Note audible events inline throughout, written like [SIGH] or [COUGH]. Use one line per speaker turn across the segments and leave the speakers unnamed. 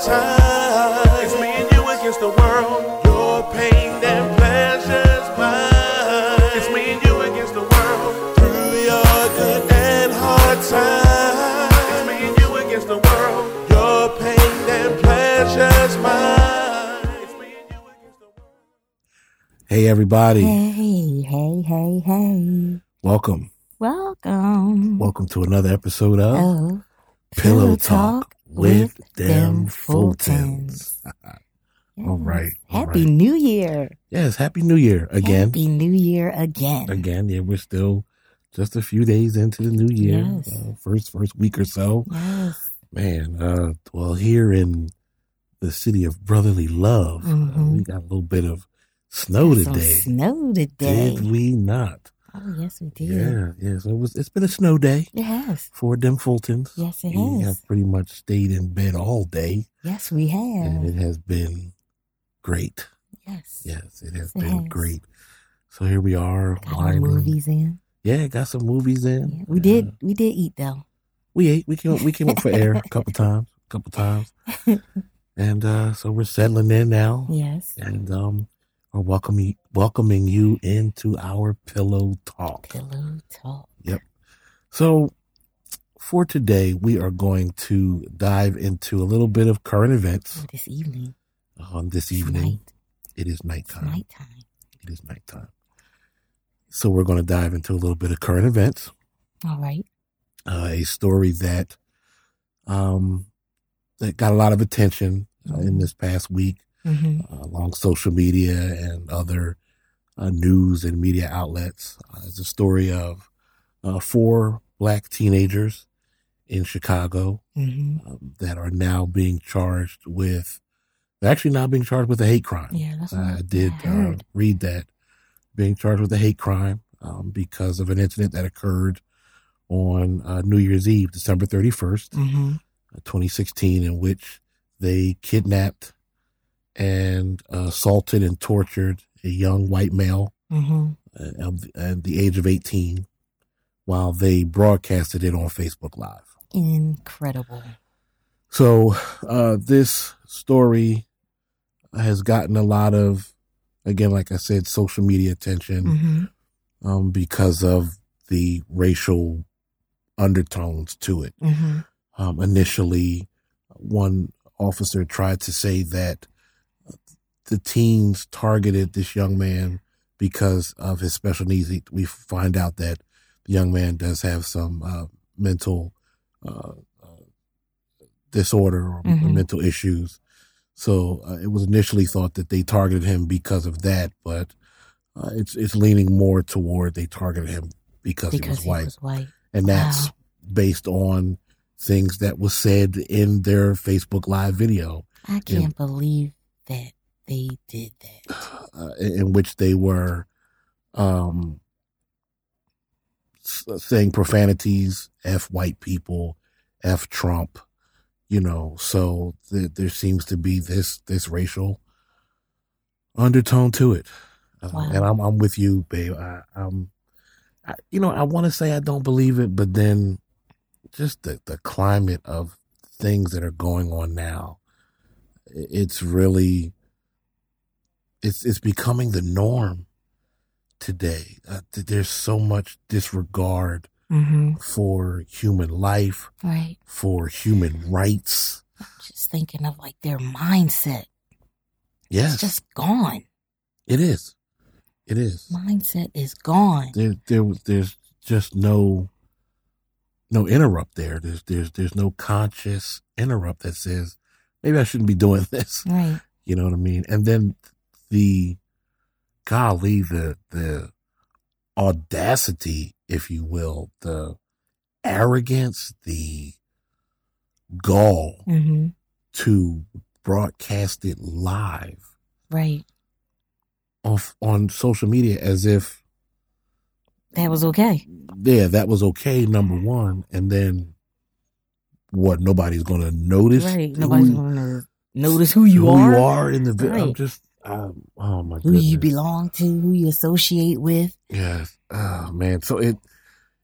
time. It's me and you against the world. Your pain and pleasure's mine. It's me and you against the world. Through your good and hard times. It's me and you against the world. Your pain and pleasure's mine. It's me and you against the world.
Hey, everybody.
Hey, hey, hey, hey.
Welcome.
Welcome.
Welcome to another episode of
Oh,
Pillow Talk with Them Fultons. All right. all
Happy
right.
New Year.
Yes, Happy New Year again.
Happy New Year again.
Again, yeah, we're still just a few days into the new year.
Yes.
Uh, first first week or so.
Yes.
Man, uh well here in the city of brotherly love, uh,
Mhm.
we got a little bit of snow
Some
today.
snow today.
Did we not?
Oh, yes, we did.
Yeah, yeah. So it was it's been a snow day
It has.
for them Fultons.
Yes, it
we
has.
have pretty much stayed in bed all day.
Yes, we
and
have.
it has been great.
Yes.
Yes, it has
Yes, it
been
has.
great. So here we are.
Got our
winding-
movies in.
Yeah, got some movies in.
Yeah, we
Uh,
did. We did eat though.
We ate. We came. We came up for air a couple
[LAUGHS]
times. A couple times. And uh, so we're settling in now,
Yes.
and um, we're welcoming welcoming you into our pillow talk.
Pillow talk.
So for today, we are going to dive into a little bit of current events
Oh, this evening.
on this
It's
evening.
Night.
It is
It's
nighttime.
nighttime.
It is nighttime. So we're going to dive into a little bit of current events,
All right.
uh, a story that um, that got a lot of attention uh, in this past week
Mm-hmm.
uh, along social media and other uh, news and media outlets. Uh, it's a story of uh, four black teenagers in Chicago
Mm-hmm.
um, that are now being charged with, they're actually now being charged with a hate crime.
Yeah, that's what
I did uh,
heard.
read that being charged with a hate crime um, because of an incident that occurred on uh, New Year's Eve, December 31st,
Mm-hmm.
2016, in which they kidnapped and assaulted and tortured a young white male
Mm-hmm.
uh, of- at the age of 18 while they broadcasted it on Facebook Live.
Incredible.
So uh, this story has gotten a lot of, again, like I said, social media attention
Mm-hmm.
um, because of the racial undertones to it.
Mm-hmm.
Um, initially, one officer tried to say that the teens targeted this young man because of his special needs. He- We find out that the young man does have some uh, mental uh, uh, disorder or
Mhm.
mental issues. So uh, it was initially thought that they targeted him because of that, but uh, it's it's leaning more toward they targeted him because, he was
Because he
white
was white.
and that's
Wow.
based on things that was said in their Facebook live video,
I can't believe that they did that.
uh, in in which they were um, s- saying profanities, "f white people," "f Trump," you know. So th- there seems to be this this racial undertone to it, uh,
Wow.
and I'm I'm with you, babe. I, I'm, I, you know, I want to say I don't believe it, but then just the the climate of things that are going on now, i- it's really it's it's becoming the norm today. Uh, th- there's so much disregard
Mm-hmm.
for human life,
Right.
for human rights.
I'm just thinking of like their mindset.
Yes,
It's just gone.
it is. It is.
Mindset is gone.
there there was there's just no no interrupt there. There's there's there's no conscious interrupt that says maybe I shouldn't be doing [LAUGHS] this.
Right.
You know what I mean? And then the golly the the audacity, if you will, the arrogance, the gall
Mm-hmm.
to broadcast it live
Right.
off on social media as if
That was okay.
yeah, that was okay, number one. And then what? Nobody's gonna notice.
Right.
who-
Nobody's gonna notice who you
who
are,
you are in the video. I'm
Right.
just, um, oh my
who
goodness.
you belong to, who you associate with.
Yes. Oh man. So it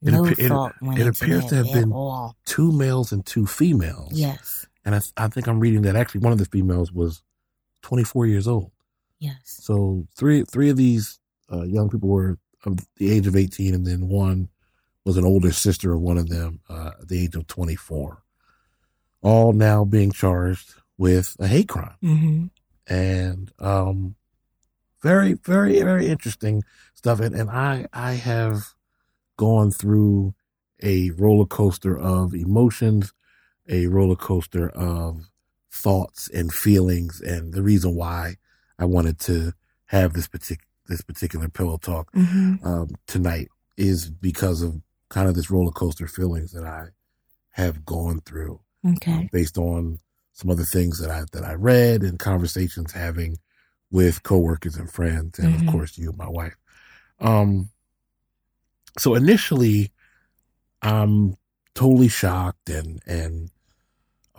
It
No
appear- it-
thought went
it
into
appears
that
to have
at
been-
all.
two males and two females.
Yes.
And I, I think I'm reading that actually one of the females was 24 years old.
Yes.
So three three of these uh, young people were of the age of 18, and then one was an older sister of one of them uh, at the age of 24. All now being charged with a hate crime
Mm-hmm.
and um, very, very, very interesting stuff. And, and I, I have gone through a roller coaster of emotions, a roller coaster of thoughts and feelings, and the reason why I wanted to have this particular this particular pillow talk
Mm-hmm.
um, tonight is because of kind of this roller coaster feelings that I have gone through um,
Okay.
based on some other things that I that I read and conversations having with coworkers and friends, and
Mhm.
of course you, my wife. Um, so initially, I'm totally shocked and and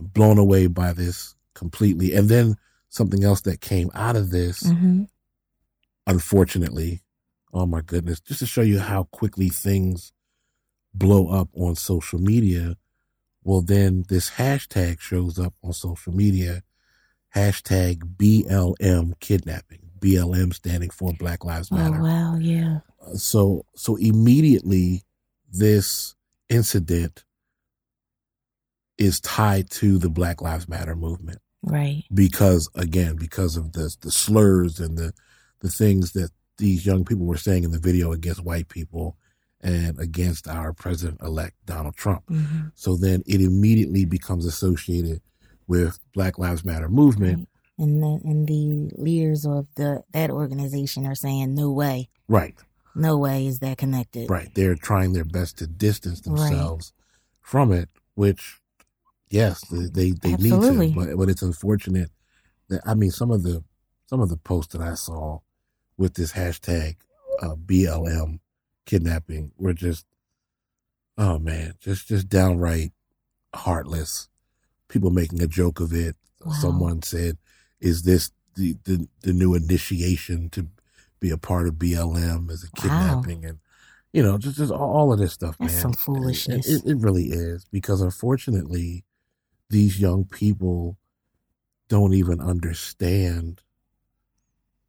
blown away by this completely, and then something else that came out of this
Mm-hmm.
unfortunately. Oh my goodness. Just to show you how quickly things blow up on social media. Well, then this hashtag shows up on social media. Hashtag BLM kidnapping. BLM standing for Black Lives
Oh
Matter.
wow. Yeah.
Uh, So, so immediately this incident is tied to the Black Lives Matter movement
Right.
because again because of the the slurs and the the things that these young people were saying in the video against white people and against our president elect Donald Trump.
Mm-hmm.
So then it immediately becomes associated with Black Lives Matter movement.
And the and the leaders of the that organization are saying no way,
Right.
no way is that connected.
Right. They're trying their best to distance
Right.
themselves from it, which yes, they they, they need to,
Absolutely.
but but it's unfortunate that I mean some of the some of the posts that I saw with this hashtag uh, BLM kidnapping were just oh man, just just downright heartless. People making a joke of it.
Wow.
Someone said, "Is this the, the the new initiation to be a part of BLM as a
Wow.
kidnapping?" And you know, just just all- all of this stuff,
That's
man.
some
And- and
foolishness.
It, it really is because unfortunately, these young people don't even understand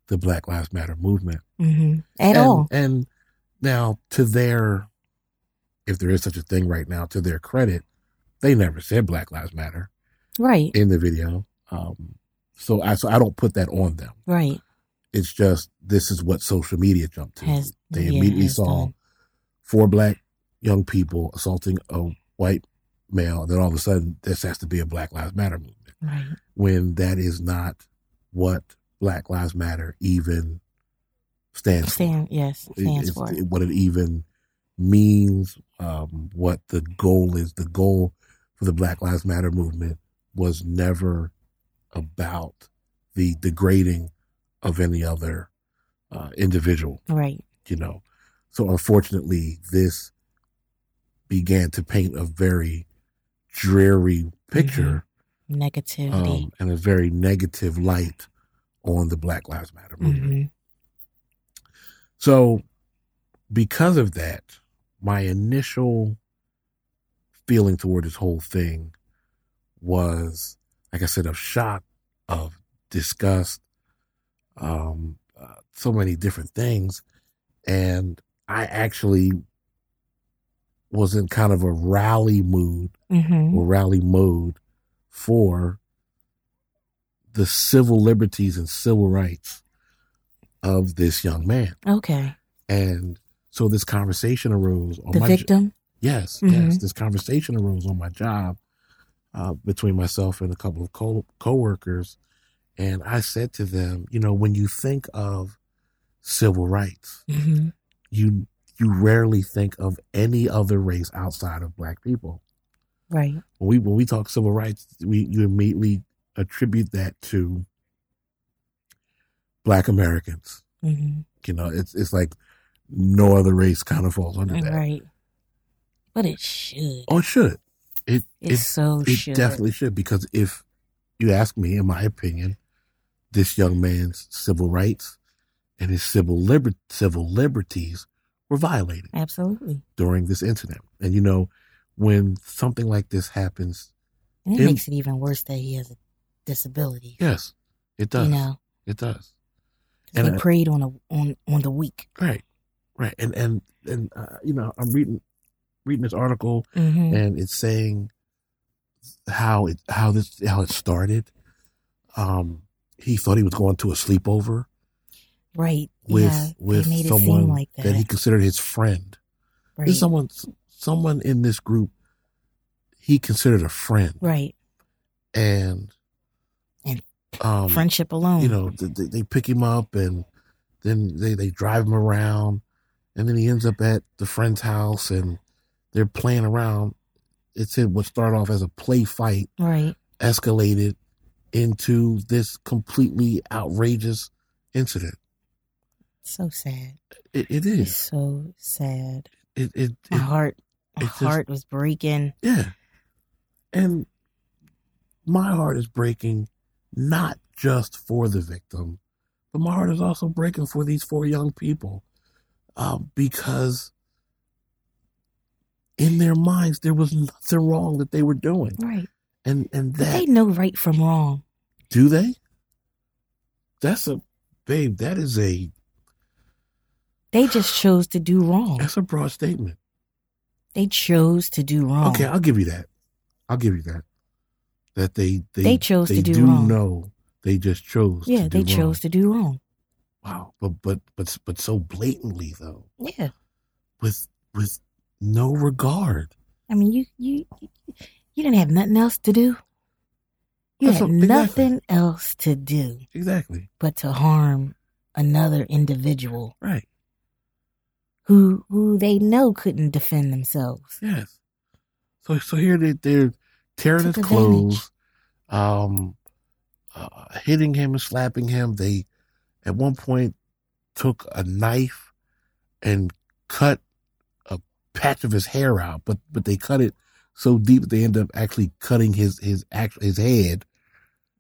the Black Lives Matter movement
Mm-hmm. At
and,
all.
And now, to their, if there is such a thing right now, to their credit, they never said Black Lives Matter
Right.
in the video. Um, so I so I don't put that on them.
Right.
It's just this is what social media jumped to.
Has
they
yeah,
immediately
has
saw
done.
four black young people assaulting a white male, and then all of a sudden this has to be a Black Lives Matter movement
Right.
when that is not what Black Lives Matter even stands for
Stand. Yes.
it-
Stands
it's
for.
it- what it even means, um, what the goal is. The goal for the Black Lives Matter movement was never about the degrading of any other uh, individual,
Right.
you know. So unfortunately, this began to paint a very dreary picture
Negativity.
um, and a very negative light on the Black Lives Matter movement.
mm-hmm.
So, because of that, my initial feeling toward this whole thing was, like I said, of shock, of disgust, um, uh, so many different things. And I actually was in kind of a rally mood
Mm-hmm.
or rally mode for the civil liberties and civil rights of this young man.
Okay.
And so this conversation arose on
The
Oh, my jo-
victim.
yes, yes.
Mhm.
This conversation arose on my job uh, between myself and a couple of co coworkers, and I said to them, you know, when you think of civil rights,
Mm-hmm.
you you rarely think of any other race outside of black people.
Right.
When we when we talk civil rights, we you immediately attribute that to black Americans.
Mm-hmm.
You know, it's it's like no other race kind of falls under that.
Right. But it should.
Oh, it should. It
It
it,
so
it
Oh, should.
definitely should because if you ask me, in my opinion, this young man's civil rights and his civil liber- civil liberties were violated
Absolutely.
during this incident. And you know, when something like this happens
And it
Him-
makes it even worse that he has a disability.
Yes, it does.
You know,
It does.
'Cause
And
they
I-
preyed on the on on the weak.
Right, right. And and and uh, you know, I'm reading reading this article,
Mm-hmm.
and it's saying how it how this how it started. Um, he thought he was going to a sleepover
Right.
with
yeah. they
with
made it
someone
seem like that.
that he considered his friend.
right.
This is someone someone in this group he considered a friend,
right.
and
And
um,
Friendship alone.
you know th- th- they pick him up and then they, they drive him around and then he ends up at the friend's house and they're playing around it's it what started off as a play fight
right.
escalated into this completely outrageous incident
So sad.
it, it
It's
is
so sad.
it, it,
My
it
heart, my
it just-
heart was breaking.
yeah and my heart is breaking not just for the victim but my heart is also breaking for these four young people uh, because in their minds there was nothing wrong that they were doing
Right.
and and
But
that
they know right from wrong.
do they that's a babe that is a
They just chose to do wrong.
that's a broad statement
They chose to do wrong.
okay i'll give you that i'll give you that that they they,
They chose to
they
do
do
wrong.
know they just chose
yeah,
to do
they chose
wrong.
to do wrong.
wow but but but but so blatantly though
Yeah.
with with no regard
I mean, you you you didn't have nothing else to do. You
That's
had
what- exactly.
nothing else to do
exactly
but to harm another individual
right
who who they know couldn't defend themselves.
Yes. So so here they they're tearing
Took
his
advantage.
clothes, um, uh, hitting him and slapping him. They at one point took a knife and cut a patch of his hair out, but but they cut it so deep that they end up actually cutting his his act his head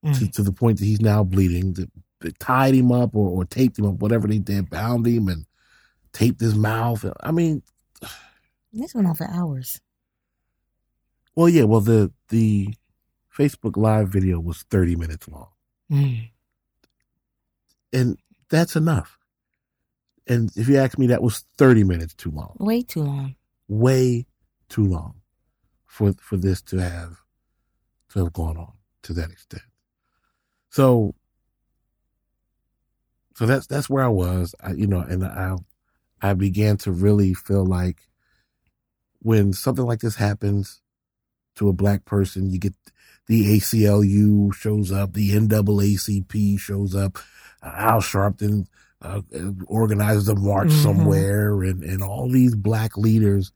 to,
Mm.
to the point that he's now bleeding. They- They tied him up or, or taped him up, whatever they did, bound him and taped his mouth. I mean,
This went on for hours.
Well, yeah. Well, the the Facebook Live video was thirty minutes long,
Mm.
and that's enough. And if you ask me, that was thirty minutes too long,
Way too long.
way too long, for for this to have to have gone on to that extent. So, so that's that's where I was. I, you know, and I I began to really feel like when something like this happens to a black person, you get the ACLU shows up, the NAACP shows up, uh, Al Sharpton uh, organizes a march
Mhm.
somewhere, and, and all these black leaders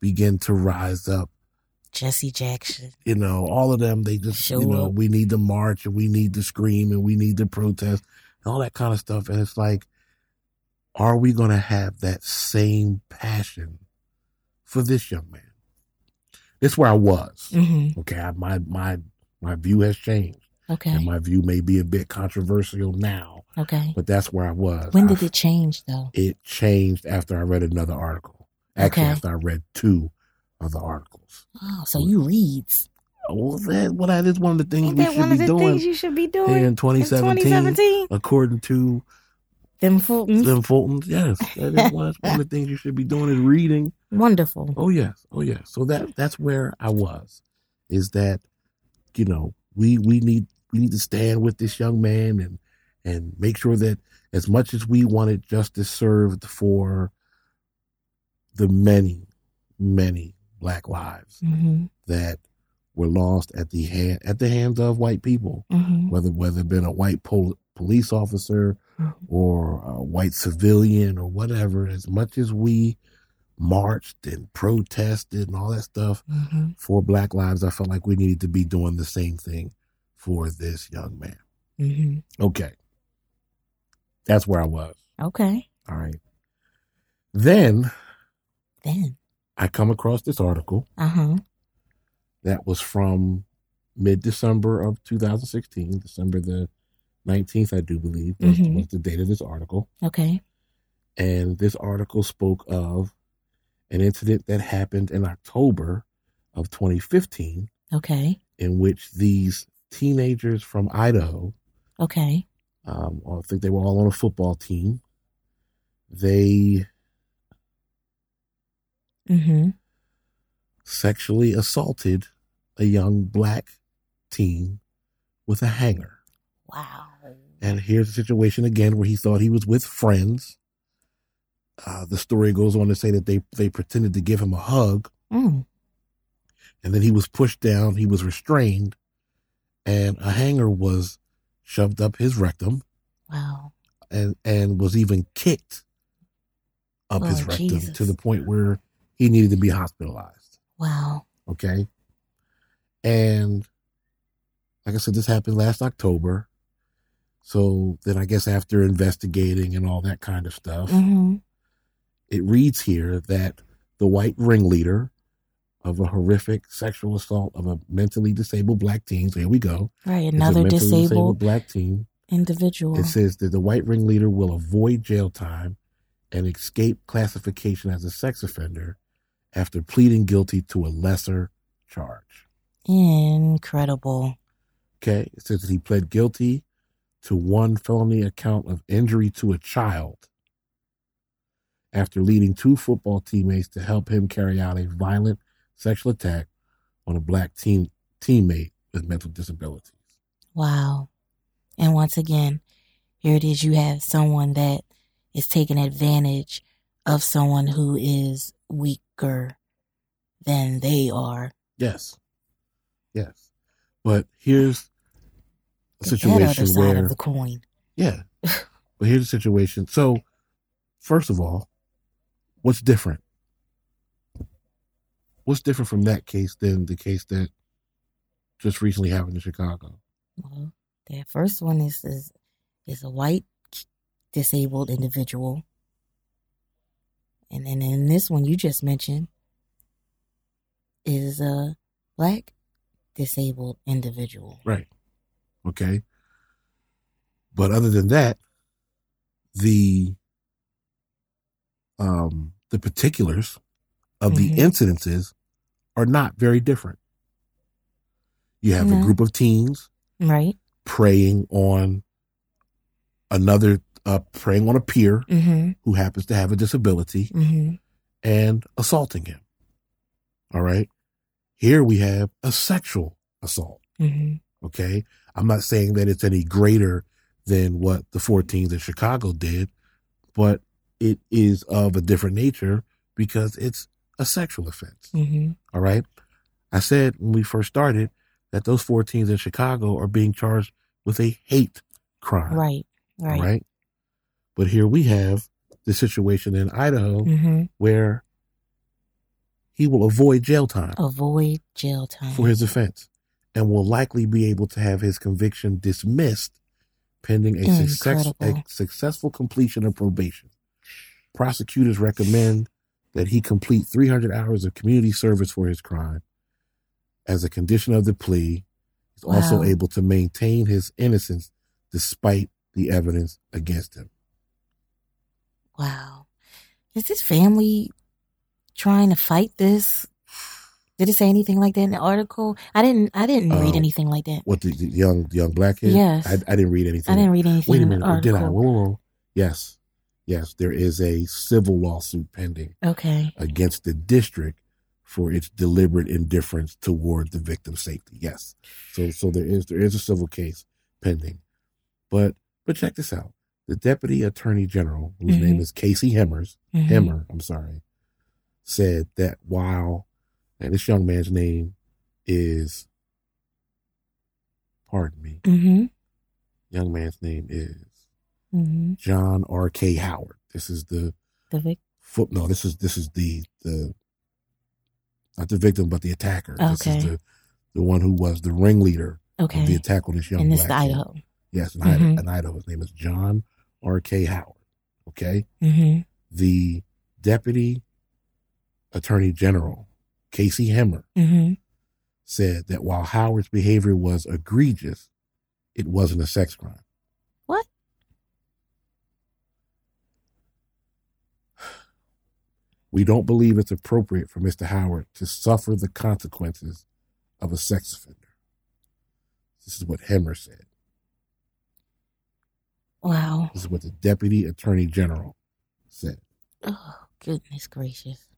begin to rise up.
Jesse Jackson.
You know, all of them, they just,
Show
you know,
up.
we need to march and we need to scream and we need to protest and all that kind of stuff. And it's like, are we going to have that same passion for this young man? That's where I was
hmm
okay I, my my my view has changed and
Okay.
my view may be a bit controversial now
Okay.
but that's where i was
When
I-
did it change though?
it changed after i read another article actually
Okay.
after i read two other articles
Oh, so you reads.
well that, well, that is one of the things
Ain't
we
that
should
one
be
of the
doing
things you should be doing
in 2017 according to
Them mm, Fultons.
Slim Fulton, yes, that is one, that's one of the things you should be doing is reading
Wonderful.
Oh yes, oh yes. So that that's where I was, is that you know we we need we need to stand with this young man and and make sure that as much as we wanted justice served for the many many black lives
hmm
that were lost at the hand at the hands of white people,
hmm
whether whether it been a white pol- police officer
Mhm.
or a white civilian or whatever, as much as we marched and protested and all that stuff
hmm
for Black Lives, I felt like we needed to be doing the same thing for this young man.
hmm
Okay. That's where I was.
Okay.
All right. Then
Then.
I come across this article
Uh huh.
that was from mid December of 2016, December the 19th, I do believe, was,
Mhm.
was the date of this article.
Okay.
And this article spoke of an incident that happened in October of 2015
Okay.
in which these teenagers from Idaho,
Okay.
um, I think they were all on a football team, they
Mm-hmm.
sexually assaulted a young black teen with a hanger.
Wow.
And here's a situation again where he thought he was with friends. Uh, the story goes on to say that they, they pretended to give him a hug,
Mm.
and then he was pushed down, he was restrained, and a hanger was shoved up his rectum
Wow.
and, and was even kicked up his
Oh,
rectum
Jesus.
to the point where he needed to be hospitalized.
Wow.
okay and like i said this happened last october so then i guess after investigating and all that kind of stuff
Mm-hmm.
it reads here that the white ringleader of a horrific sexual assault of a mentally disabled black teen so here we go
Right.
It's a
Another
mentally
disabled,
black teen
individual.
it says that the white ringleader will avoid jail time and escape classification as a sex offender after pleading guilty to a lesser charge
Incredible.
Okay. It says that he pled guilty to one felony account of injury to a child after leading two football teammates to help him carry out a violent sexual attack on a black team teammate with mental disabilities.
Wow. And once again, here it is. You have someone that is taking advantage of someone who is weaker than they are.
Yes. Yes. But here's a
Get that other
situation
side
where
of the coin.
Yeah. but here's the situation. So, first of all, what's different? What's different from that case than the case that just recently happened in Chicago?
Well, that first one is is, is a white disabled individual, and then in this one you just mentioned is a black disabled individual.
Right. Okay. But other than that, the um the particulars of
Mhm.
the incidences are not very different. You have a
No.
group of teens
Right.
preying on another uh, preying on a peer
Mm-hmm.
who happens to have a disability
Mm-hmm.
and assaulting him all right here we have a sexual assault
Mm-hmm.
okay i'm not saying that it's any greater than what the 14s in chicago did but it is of a different nature because it's a sexual offense
Mm-hmm.
all right. I said when we first started that those 14s in Chicago are being charged with a hate crime.
Right.
All
Right.
right. But here we have the situation in Idaho
Mm-hmm.
where he will avoid jail time
Oh, Avoid jail time.
for his offense and will likely be able to have his conviction dismissed pending a, success, a
Incredible.
successful completion of probation. Prosecutors recommend that he complete 300 hours of community service for his crime. As a condition of the plea, he's also
Wow.
able to maintain his innocence despite the evidence against him.
wow. Is this family trying to fight this? Did it say anything like that in the article? I didn't. I didn't read
Um,
anything like that.
What the, the young the young black kid?
Yes.
I, I didn't read anything.
I didn't read anything
Wait a
in the
minute. or
article.
Did I? Whoa, whoa, whoa. Yes. Yes. There is a civil lawsuit pending
Okay.
against the district for its deliberate indifference toward the victim's safety. Yes. So so there is there is a civil case pending. But but check this out. The deputy attorney general, whose
Mhm.
name is Casey Hemmers,
Mhm.
Hemmer, I'm sorry, said that while and this young man's name is pardon me,
Mhm.
young man's name is
Mhm.
John R. K. Howard. This is the
The vic-
foot no this is this is the the not the victim but the attacker this is
Okay.
the the one who was the ringleader of the
Okay.
attack on this young
And this is
black kid.
Idaho.
yes in,
Mhm.
Idaho, in idaho his name is john r.k howard okay
Mhm.
the deputy attorney general casey hemmer
Mhm.
said that while howard's behavior was egregious it wasn't a sex crime
What?
[SIGHS] we don't believe it's appropriate for mr howard to suffer the consequences of a sex offender This is what Hemmer said.
Wow.
This is what the Deputy Attorney General said.
Oh, goodness gracious.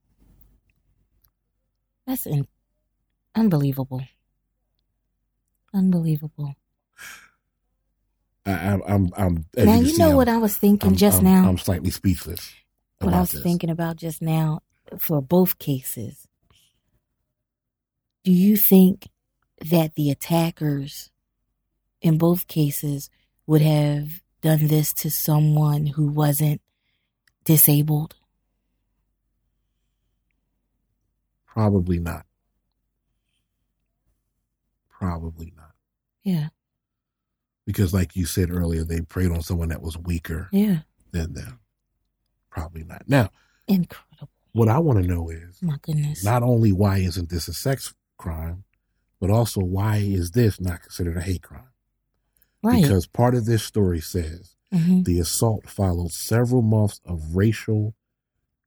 That's in- unbelievable. Unbelievable.
I, I'm, I'm, I'm as
now,
can
you
see,
know
I'm-
what I was thinking
I'm-
just
I'm-
now?
I'm slightly speechless.
what I
about
was
this.
thinking about just now for both cases. Do you think that the attackers in both cases would have done this to someone who wasn't disabled?
Probably not. Probably not.
Yeah,
Because, like you said earlier, they preyed on someone that was weaker
yeah.
than them. Probably not. Now,
Incredible.
what I want to know is
My goodness.
not only why isn't this a sex crime, but also why is this not considered a hate crime?
right.
Because part of this story says
Mhm.
the assault followed several months of racial,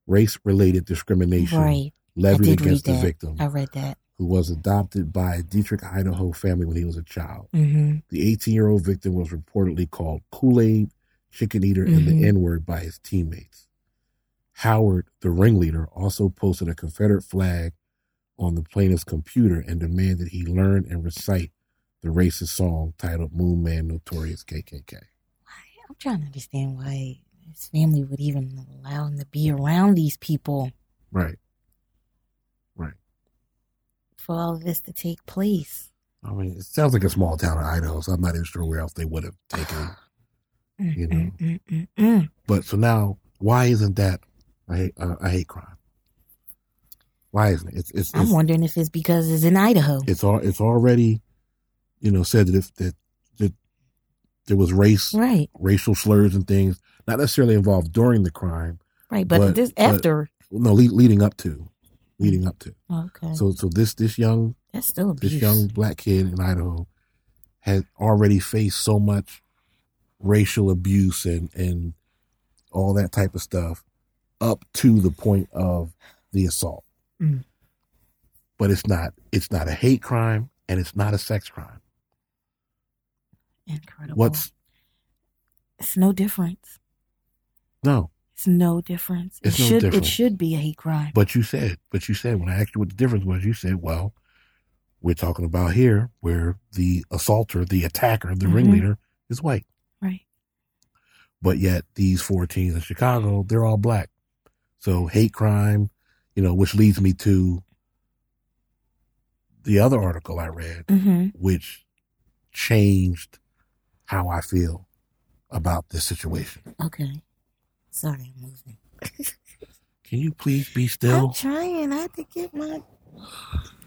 race related discrimination
Right.
levied
did read
against the
that.
victim,
I read that.
who was adopted by a Dietrich, Idaho family when he was a child.
hmm
The 18 year old victim was reportedly called Kool Aid, Chicken Eater, and
Mhm.
the N word by his teammates. Howard, the ringleader, also posted a Confederate flag on the plaintiff's computer and demanded he learn and recite the racist song titled Moon Man Notorious KKK.
I'm trying to understand why his family would even allow him to be around these people
Right.
for all of this to take place.
I mean, it sounds like a small town in Idaho, so I'm not even sure where else they would have taken him.
Mm,
You know?
Mm-mm-mm-mm.
But so now, why isn't that a, hate- a, a hate crime? Why isn't it? It's, it's,
I'm
it's,
wondering if it's because it's in Idaho.
it's all it's already, you know, said that if that, that there was race,
right,
racial slurs and things, not necessarily involved during the crime,
right. But,
But-
this
but-
after.
no, le- leading up to, leading up to.
okay.
So so this this young
That's still
this
abuse.
young black kid in Idaho had already faced so much racial abuse and and all that type of stuff up to the point of the assault.
Mm.
But it's not it's not a hate crime and it's not a sex crime.
Incredible.
What's
It's no difference.
no,
It's no difference.
It's
it
no
should
difference.
it should be a hate crime.
but you said, but you said when I asked you what the difference was, you said, well, we're talking about here where the assaulter, the attacker, the
Mhm.
ringleader is white.
right.
but yet these four teens in Chicago, they're all black. So hate crime, you know, which leads me to the other article I read,
Mm-hmm.
which changed how I feel about this situation.
Okay. Sorry, I'm moving.
Can you please be
I'm
still?
trying. I had to get my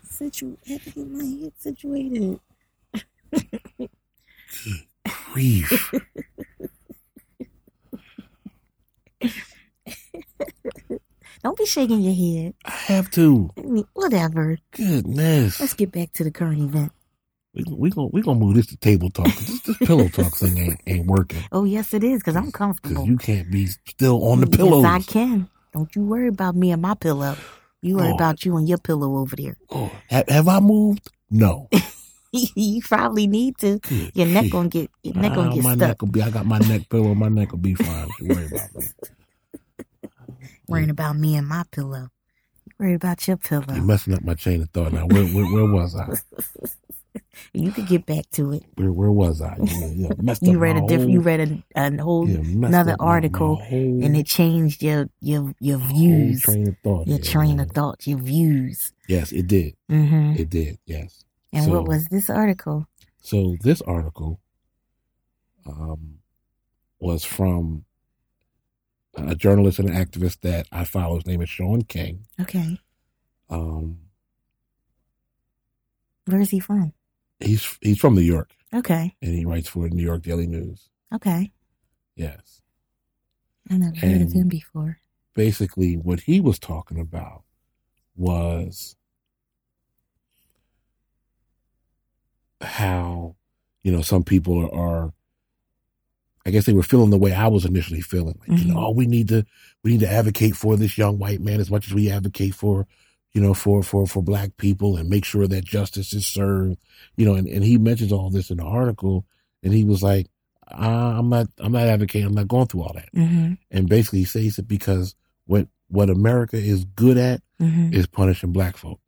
situ. I had to get my head situated.
Grief.
Don't be shaking your head.
I have to.
I mean, Whatever. Let's
Goodness.
get back to the current event.
We're we gonna we gonna move this to table talk. This, this pillow talk thing ain't, ain't working.
Oh yes, it is because I'm comfortable.
Cause you can't be still on the pillows.
Yes, I can. Don't you worry about me and my pillow. You worry
Oh.
about you and your pillow over there. [LAUGHS]
Oh, have, have I moved? No.
you probably need to.
Good
Your neck
grief.
gonna get your neck
Ah,
gonna get
my
stuck.
neck will be. I got my neck pillow. My neck will be fine. Don't worry about
[LAUGHS]
me.
Worrying about me and my pillow. You worry about your
You're
pillow.
messing up my chain of thought. Now, where where, where was I?
You could get back to it.
Where where was I? You, you messed up
You read
my
a different.
whole-
You read a, a whole,
yeah, messed
another
up my-
article,
my whole-
and it changed your your your
whole
views,
train of thought.
your
yeah,
train of
man.
thought, your views.
Yes, it did.
hmm
It did. Yes.
And
So-
what was this article?
So this article, um, was from a journalist and an activist that I follow. His name is Sean King.
Okay,
Um,
where is he from?
he's he's from New York
Okay,
and he writes for the New York Daily News.
okay.
Yes.
I never heard of
And-
him before.
basically what he was talking about was how you know some people are, are i guess they were feeling the way i was initially feeling like you know
Mhm.
oh, we need to we need to advocate for this young white man as much as we advocate for you know, for for for black people and make sure that justice is served. You know, and, and he mentions all this in the article, and he was like, "Ah, "I'm not, I'm not advocating. I'm not going through all that."
hmm
And basically, he says it because what what America is good at
hmm
is punishing black folk.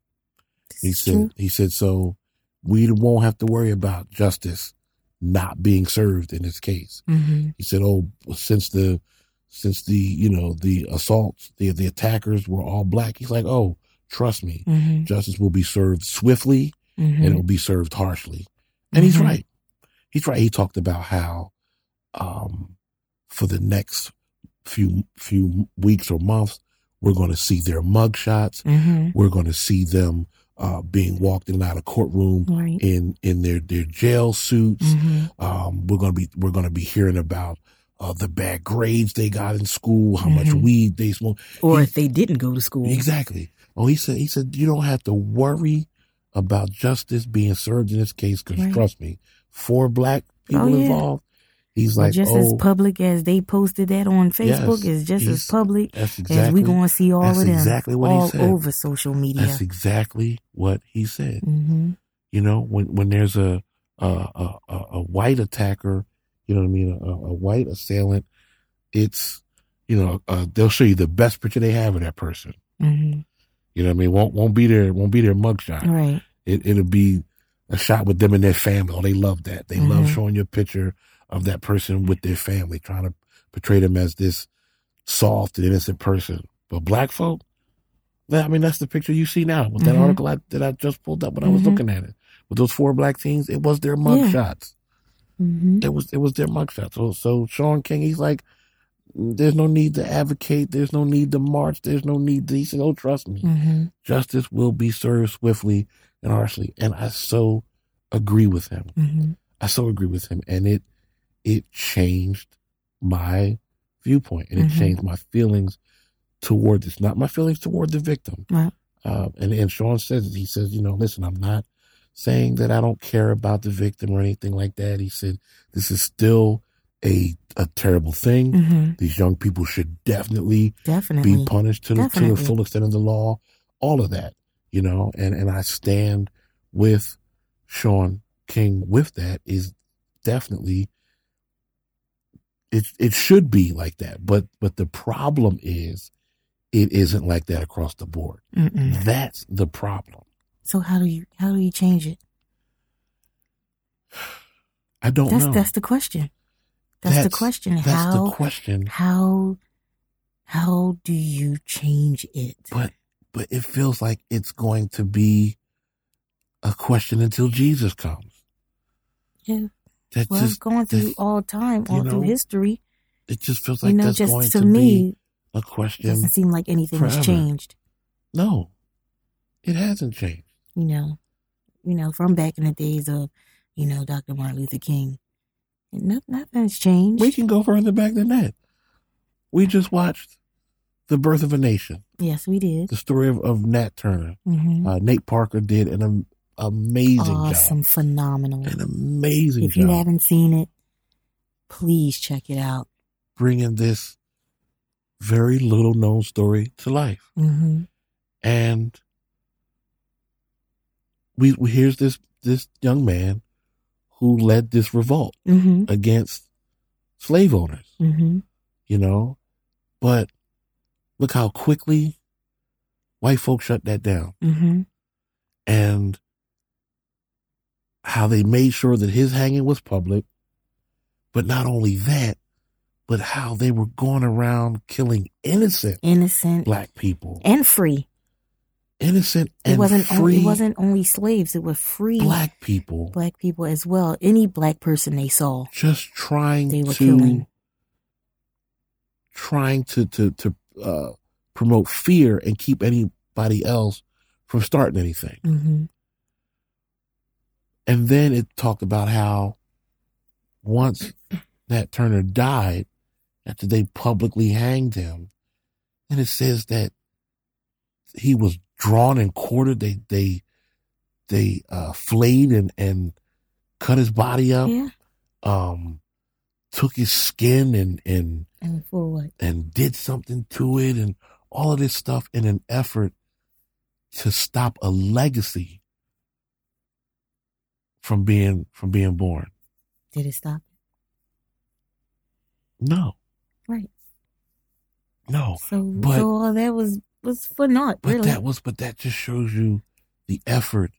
He said, he said, so we won't have to worry about justice not being served in this case.
hmm
He said, oh, since the, since the, you know, the assaults, the, the attackers were all black. He's like, oh, trust me,
hmm
justice will be served swiftly
mm-hmm,
and it will be served harshly. And he's
Mhm.
right. He's right. He talked about how, um, for the next few, few weeks or months, we're going to see their mugshots
hmm
we're going to see them uh, being walked in and out of courtroom
Right.
in in their their jail suits.
hmm
Um, we're going to be we're going to be hearing about uh, the bad grades they got in school, how much
Mhm.
weed they smoked.
Or
He-
if they didn't go to school.
Exactly. Oh, he said he said you don't have to worry about justice being served in this case because
Right. Oh,
trust me, four black people
yeah.
involved. He's
Well,
like,
just as
oh,
public as they posted that on Facebook
Yes,
is just as
he's-
public
that's
as we
exactly
going to see all
that's
of them
exactly what he
all
said.
over social media.
that's exactly what he said.
hmm
You know, when when there's a a a, a a white attacker, you know what I mean, a, a white assailant, it's you know uh, they'll show you the best picture they have of that person.
hmm
You know what I mean? Won't won't be their won't be their mugshot.
Right.
It it'll be a shot with them and their family. Oh, they love that. They love
Mhm.
showing you a picture of that person with their family, trying to portray them as this soft and innocent person. But black folk, nah, I mean, that's the picture you see now with that
Mhm.
article I, that I just pulled up when I was
Mhm.
looking at it. With those four black teens, it was their mugshots. shots.
hmm
It was it was their mugshots. So so Sean King, he's like, "Mm, there's no need to advocate. There's no need to march. There's no need. To, he said, oh, trust me
hmm
justice will be served swiftly and harshly. And I so agree with him.
hmm
I so agree with him. And it it changed my viewpoint and it
Mhm.
changed my feelings toward this, not my feelings toward the victim.
Right.
Uh, and, and Sean says, it. he says, you know, listen, I'm not saying that I don't care about the victim or anything like that. He said, this is still a, a terrible thing.
hmm
These young people should definitely
Definitely.
be punished to the, to the
Definitely.
full extent of the law, all of that, you know, and, and I stand with Sean King with that is definitely it it should be like that. But but the problem is it isn't like that across the board.
Mm-mm.
That's the problem.
So how do you how do you change it?
I don't
That's
know.
that's the question. That's, the
That's-
question.
That's
how
the question.
how how do you change it?
But but it feels like it's going to be a question until Jesus comes.
Yeah.
That
Well, it's
just
going through
that's-
all time,
you
all through
know,
history.
it just feels like
you know,
that's
just
going
to,
to be
me,
a
it doesn't
question.
seem like anything has
forever.
changed.
No, it hasn't changed.
You know, you know, from back in the days of, you know, Dr. Martin Luther King, no, nothing's changed.
We can go further back than that. We just watched The Birth of a Nation,
yes, we did.
the story of, of Nat Turner.
hmm
Uh, Nate Parker did an am- amazing
Awesome, phenomenal.
job. An amazing
If
job
you haven't seen it, please check it out.
bringing this very little known story to life.
hmm
And we, we here's this this young man who led this revolt
hmm
against slave owners.
hmm
you know. But look how quickly white folks shut that down
hmm
and how they made sure that his hanging was public. But not only that, but how they were going around killing innocent
Innocent
black people,
and free.
innocent
It
and
wasn't. on-
free
it wasn't only slaves. It was free
black people,
black people as well. Any black person they saw,
just trying
they were
to
killing.
trying to to to uh, promote fear and keep anybody else from starting anything.
hmm
And then it talked about how once Nat Turner died, after they publicly hanged him, and it says that he was drawn and quartered. They they they uh, flayed and and cut his body up.
Yeah.
Um, took his skin and and
And for what?
and did something to it and all of this stuff in an effort to stop a legacy from being from being born.
Did it stop?
No,
Right.
no.
So,
Oh, but-
so all that was was for naught,
But
really.
that was but that just shows you the effort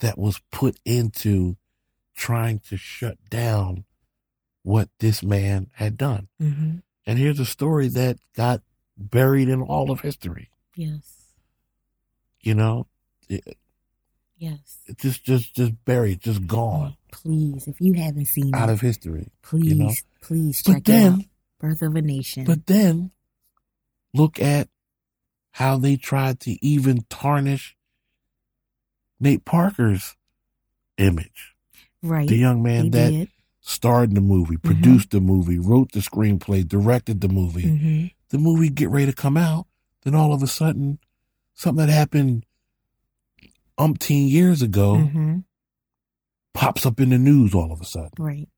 that was put into trying to shut down what this man had done.
hmm
And here's a story that got buried in all of history.
Yes.
You know,
Yes.
It just just just buried, just gone
Please, if you haven't seen
out
it,
of history.
please,
know?
please
But
check
then-
it out. Birth of a Nation.
But then look at how they tried to even tarnish Nate Parker's image.
right.
The young man
they
that
did. Mm-hmm.
starred in the movie, produced the movie, wrote the screenplay, directed the movie.
hmm
The movie get ready to come out, then all of a sudden, something that happened umpteen years ago
hmm
pops up in the news all of a sudden.
Right.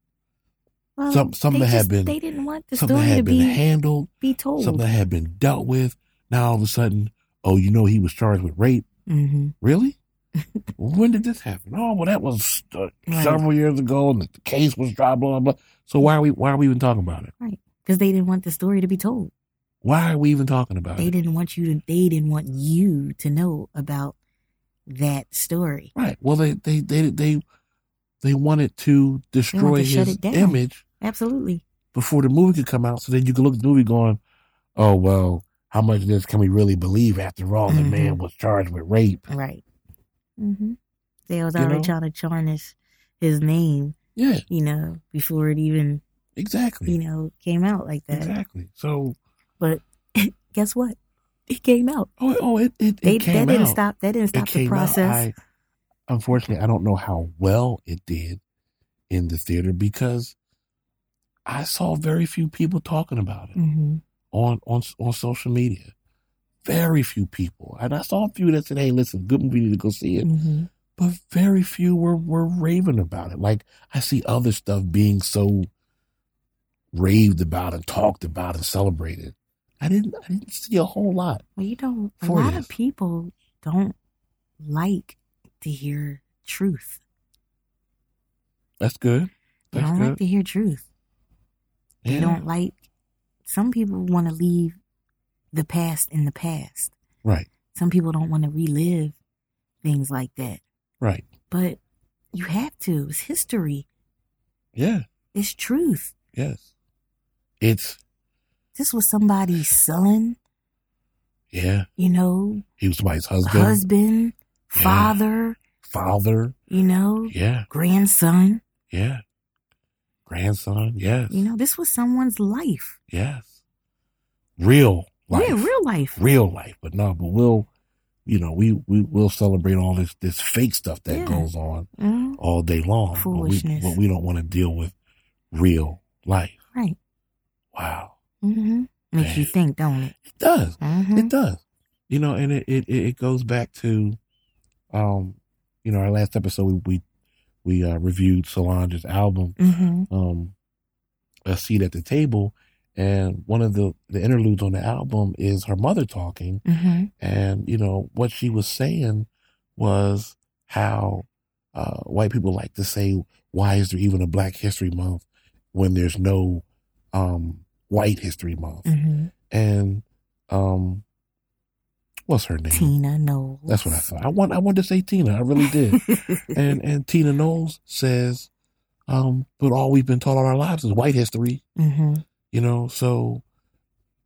Well,
Some- some
they
that had
just-
been-
They didn't want the
something that
story to
had been
be
handled,
be told.
something that had been dealt with. Now all of a sudden, oh, you know he was charged with rape.
hmm [LAUGHS]
Really? when did this happen? Oh, well, that was uh,
Right.
several years ago, and the case was dry, blah blah. blah. So why are we why are we even talking about it?
Because they didn't want the story to be told.
Why are we even talking about
They
it?
didn't want you to. They didn't want you to know about that story.
Right. Well, they they they they they wanted to destroy
to shut
his
it down.
image
Absolutely.
before the movie could come out, so then you could look at the movie going, oh well, how much of this can we really believe? After all, the
Mhm.
man was charged with rape.
Right. hmm They was
You
already
know?
trying to tarnish his name,
Yeah,
you know, before it even,
exactly.
you know, came out like that.
Exactly. So,
But [LAUGHS] guess what? It came out.
oh, oh it, it, it
They
came
that didn't
out.
stop. That didn't
it
stop the
came out.
process.
I, unfortunately, I don't know how well it did in the theater because I saw very few people talking about it
hmm
on, on on social media. Very few people. And I saw a few that said, hey, listen, good movie, you need to go see it.
hmm
But very few were, were raving about it. Like, I see other stuff being so raved about and talked about and celebrated. I didn't I didn't see a whole lot.
Well, you don't. A
For
lot
this.
of people don't like to hear truth.
That's good.
They
That's
don't
good.
like to hear truth. They
Yeah.
don't like. Some people want to leave the past in the past.
Right,
Some people don't want to relive things like that.
right.
But you have to. It's history.
Yeah,
It's truth.
yes. It's,
This was somebody's son.
yeah.
You know,
He was somebody's husband,
husband,
Yeah.
father.
father.
You know,
Yeah,
grandson.
yeah. Grandson. Yes,
You know, this was someone's life.
yes. Real life.
Yeah, real life.
Real life. But no, but we'll, you know, we, we, we'll celebrate all this, this fake stuff that
Yeah.
goes on
Mhm.
all day long. But we,
Foolishness.
but we don't want to deal with real life.
Right.
Wow.
Mm-hmm. Makes you
Man.
think, don't it?
It does.
Mm-hmm.
It does. You know, and it, it, it it goes back to, um, you know, our last episode we we, we uh, reviewed Solange's album,
Mm-hmm.
um, A Seat at the Table, and one of the the interludes on the album is her mother talking,
Mm-hmm.
and you know what she was saying was how uh, white people like to say, "Why is there even a Black History Month when there's no um, White History Month?"
Mm-hmm.
and um, what's her name?
Tina Knowles.
That's what I
[LAUGHS]
thought. I want I wanted to say Tina. I really did. and and Tina Knowles says, um, but all we've been taught all our lives is white history,
mm-hmm.
you know. So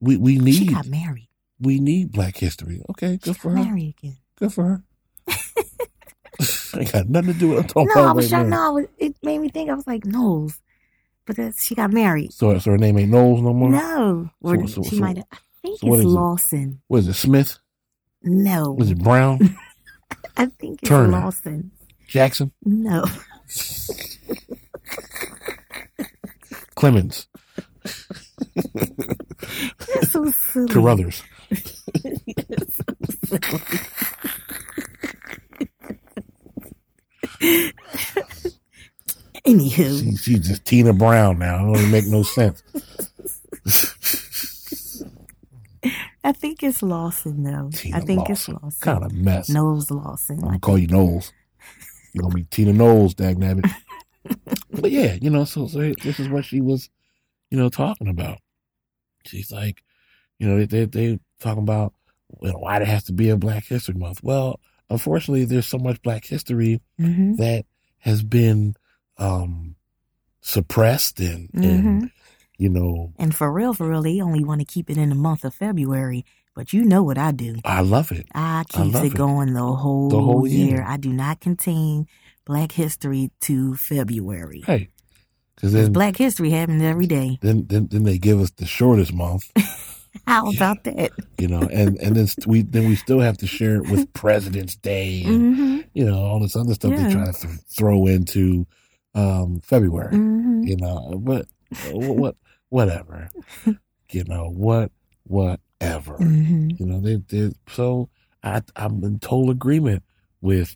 we we
She
need
got married.
we need black history. Okay,
She
good for
got
her.
married again.
Good for
[LAUGHS]
her. [LAUGHS] I got nothing to do with what I'm talking
no, I
about
was
right
trying.
now.
No, I was- it made me think. I was like Knowles, but that, she got married.
So so her name ain't Knowles no more.
No, or
So- so-
she
so-
might. have I think
so what
it's
is it?
Lawson.
What is it? Smith?
No,
Was it
[LAUGHS]
Brown?
I think it's
Turner?
Lawson.
Jackson?
No, [LAUGHS]
Clemens?
that's so silly. [LAUGHS]
Carruthers?
Anywho,
She, she's just Tina Brown now. It don't even make no sense.
I think it's Lawson though.
Tina
I think
Lawson.
it's Lawson.
Kind of mess.
Knowles Lawson.
I'm gonna call you Knowles. You're gonna be Tina Knowles, dagnabbit. but yeah, you know, so, so this is what she was, you know, talking about. She's like, you know, they they talking about you know, why there has to be a Black History Month. Well, unfortunately, there's so much Black history
hmm
that has been um suppressed and and you know,
And for real, for real, they only want to keep it in the month of February. But you know what I do.
I love it.
I
I
keep
love
it
it.
going the whole,
The whole
year.
year.
I do not contain Black History to February.
Hey, because
'Cause
then,
Black History happens every day.
then then then they give us the shortest month.
How
Yeah.
about that?
you know, and and then st- we then we still have to share it
[LAUGHS]
with President's Day and
Mm-hmm.
you know all this other stuff
Yeah.
they try to th- throw into um February.
Mm-hmm.
You know, but uh, wh- what whatever. you know what whatever.
Mm-hmm.
You know they they so I I'm in total agreement with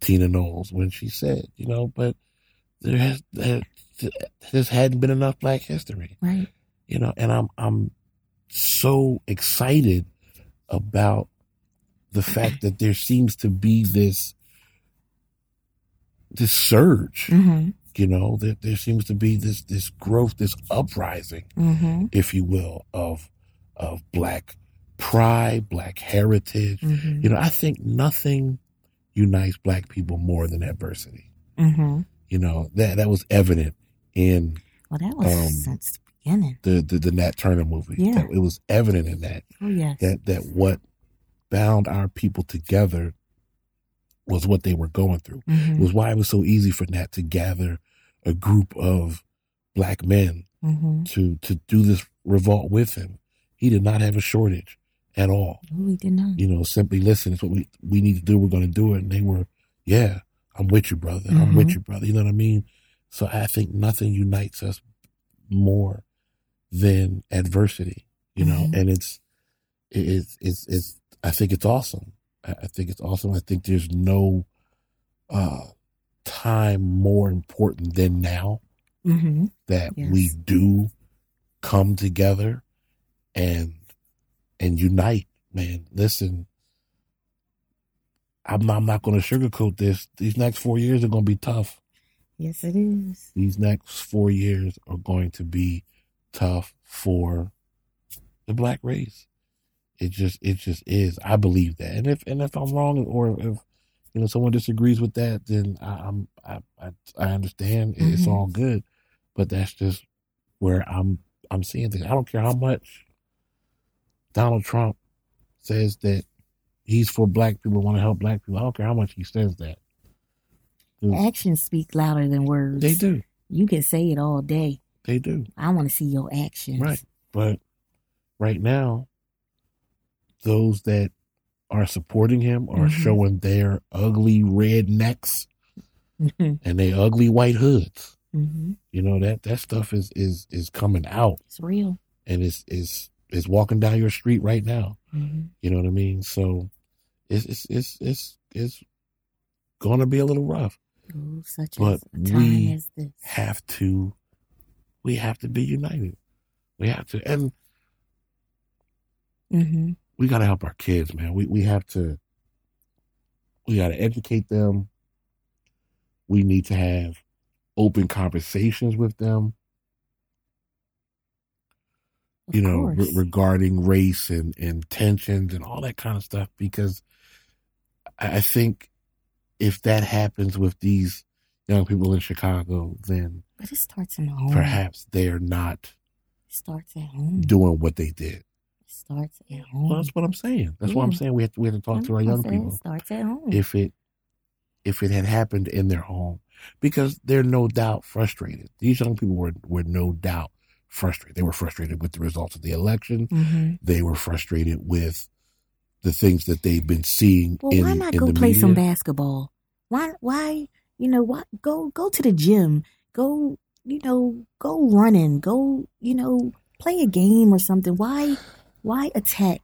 Tina Knowles when she said you know, but there has there, there just hadn't been enough Black history
Right.
you know and i'm i'm so excited about the fact that there seems to be this this surge
Mm-hmm.
you know that there seems to be this this growth this uprising
Mm-hmm.
if you will of of black pride black heritage
Mm-hmm.
you know i think nothing unites black people more than adversity
Mm-hmm.
you know that that was evident in
Well, that was
Um,
since the beginning.
the the, the nat turner movie
Yeah.
That- it was evident in that
Oh yes.
that that what bound our people together was what they were going through. It
Mm-hmm.
was why it was so easy for Nat to gather a group of black men
Mm-hmm.
to to do this revolt with him. He did not have a shortage at all.
Oh, we did not.
You know, simply listen, it's what we, we need to do, we're gonna do it. And they were, Yeah, I'm with you, brother. I'm
Mhm.
with you, brother. You know what I mean? So I think nothing unites us more than adversity, you know,
Mhm.
and it's it- it's it's it's I think it's awesome. I I think it's awesome. I think there's no uh time more important than now
Mm-hmm.
that
Yes.
we do come together and and unite, man. Listen, I'm not, I'm not going to sugarcoat this. These next four years are going to be tough.
Yes, it is.
These next four years are going to be tough for the black race. It just it just is. I believe that. And if and if I'm wrong or if you know someone disagrees with that, then I, I'm I, I I understand. It- It's
Mhm.
all good. But that's just where I'm I'm seeing things. I don't care how much Donald Trump says that he's for black people, want to help black people. I don't care how much he says that. 'Cause
Actions speak louder than words.
They do.
You can say it all day.
They do.
I want to see your actions.
Right. But right now, those that are supporting him are
Mhm.
showing their ugly red necks
Mm-hmm.
and their ugly white hoods.
Mm-hmm.
You know that that stuff is is is coming out
It's real.
and is is is walking down your street right now.
Mm-hmm.
You know what I mean? So it's it's it's it's it's gonna be a little rough.
Oh, such
But
a time
we
as this.
have to we have to be united. We have to and
Mm-hmm.
we gotta help our kids, man. We we have to we gotta educate them. We need to have open conversations with them,
Of
you know,
course.
re- regarding race and, and tensions and all that kind of stuff. Because I I think if that happens with these young people in Chicago, then
but it starts in the home.
perhaps they are not
It starts at home.
doing what they did.
it starts at
Well,
home.
that's what I'm saying. That's what I'm
Yeah.
saying. We have to, we have to talk to our
I
young
said It
people.
starts at home.
if it if it had happened in their home because they're no doubt frustrated these young people were were no doubt frustrated they were frustrated with the results of the election
mm-hmm.
they were frustrated with the things that they've been seeing
Well,
in,
why not
in
go
the
play
media
some basketball? Why why you know, why go go to the gym, go you know, go running, go, you know, play a game or something. Why why attack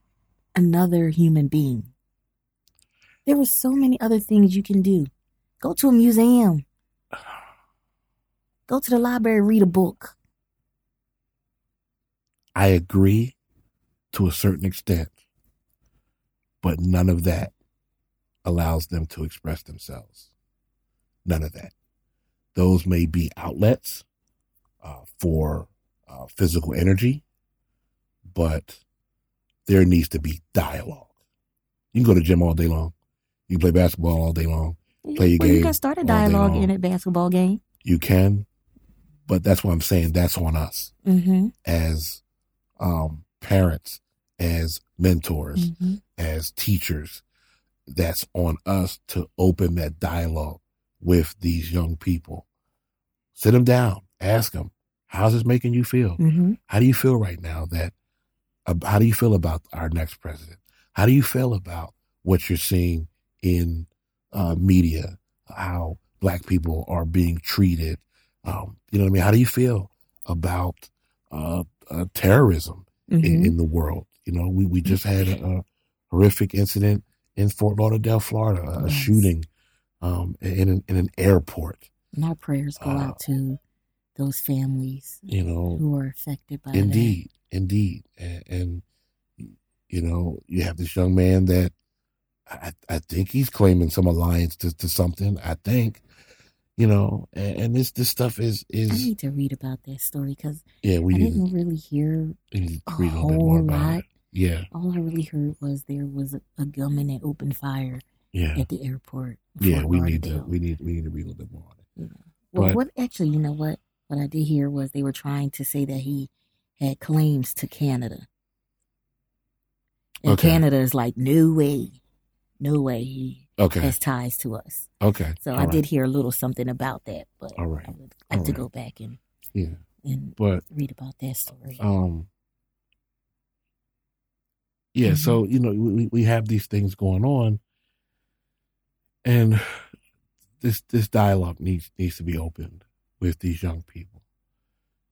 another human being? There were so many other things you can do. Go to a museum. Go to the library, read a book.
i agree to a certain extent but none of that allows them to express themselves. None of that. Those may be outlets uh, for uh, physical energy, but there needs to be dialogue. You can go to the gym all day long. You can play basketball all day long. Play your
well, you
game
can start a
all day
dialogue
long.
in a basketball game.
You can, but that's what I'm saying. That's on us
Mm-hmm.
as um, parents, as mentors,
hmm
as teachers that's on us to open that dialogue with these young people. Sit them down, ask them, how's this making you feel?
hmm
How do you feel right now that uh, how do you feel about our next president? How do you feel about what you're seeing in uh, media, how black people are being treated? Um, you know what I mean? How do you feel about uh, uh, terrorism?
mm-hmm.
in, in the world. You know, we, we just had a, a horrific incident in Fort Lauderdale, Florida, a
Yes.
shooting um, in, an, in an airport.
And our prayers go
Uh,
out to those families
You know,
who are affected by
Oh, indeed, indeed, and, and you know, you have this young man that I, I think he's claiming some alliance to, to something. I think, you know, and, and this this stuff is
that. I
is
need to read about that story because
yeah. We
I
need,
didn't really hear
we need
a
to read a little bit more
whole
about
lot.
it. Yeah,
All I really heard was there was a, a gunman that opened fire
yeah,
at the airport. in
yeah.
Fort
We need to
Lauderdale.
we need we need to read a little bit more on it.
Well,
but-
what actually, you know what? What I did hear was they were trying to say that he had claims to Canada. And
Okay.
Canada is like, no way, no way he
Okay,
has ties to us.
okay.
So
All
I
right.
did hear a little something about that, but
All right.
I would like
All
to
right.
go back and,
Yeah,
and
but
read about that story.
um, yeah.
Mhm.
So you know, we we- we have these things going on, and this this dialogue needs needs to be opened with these young people.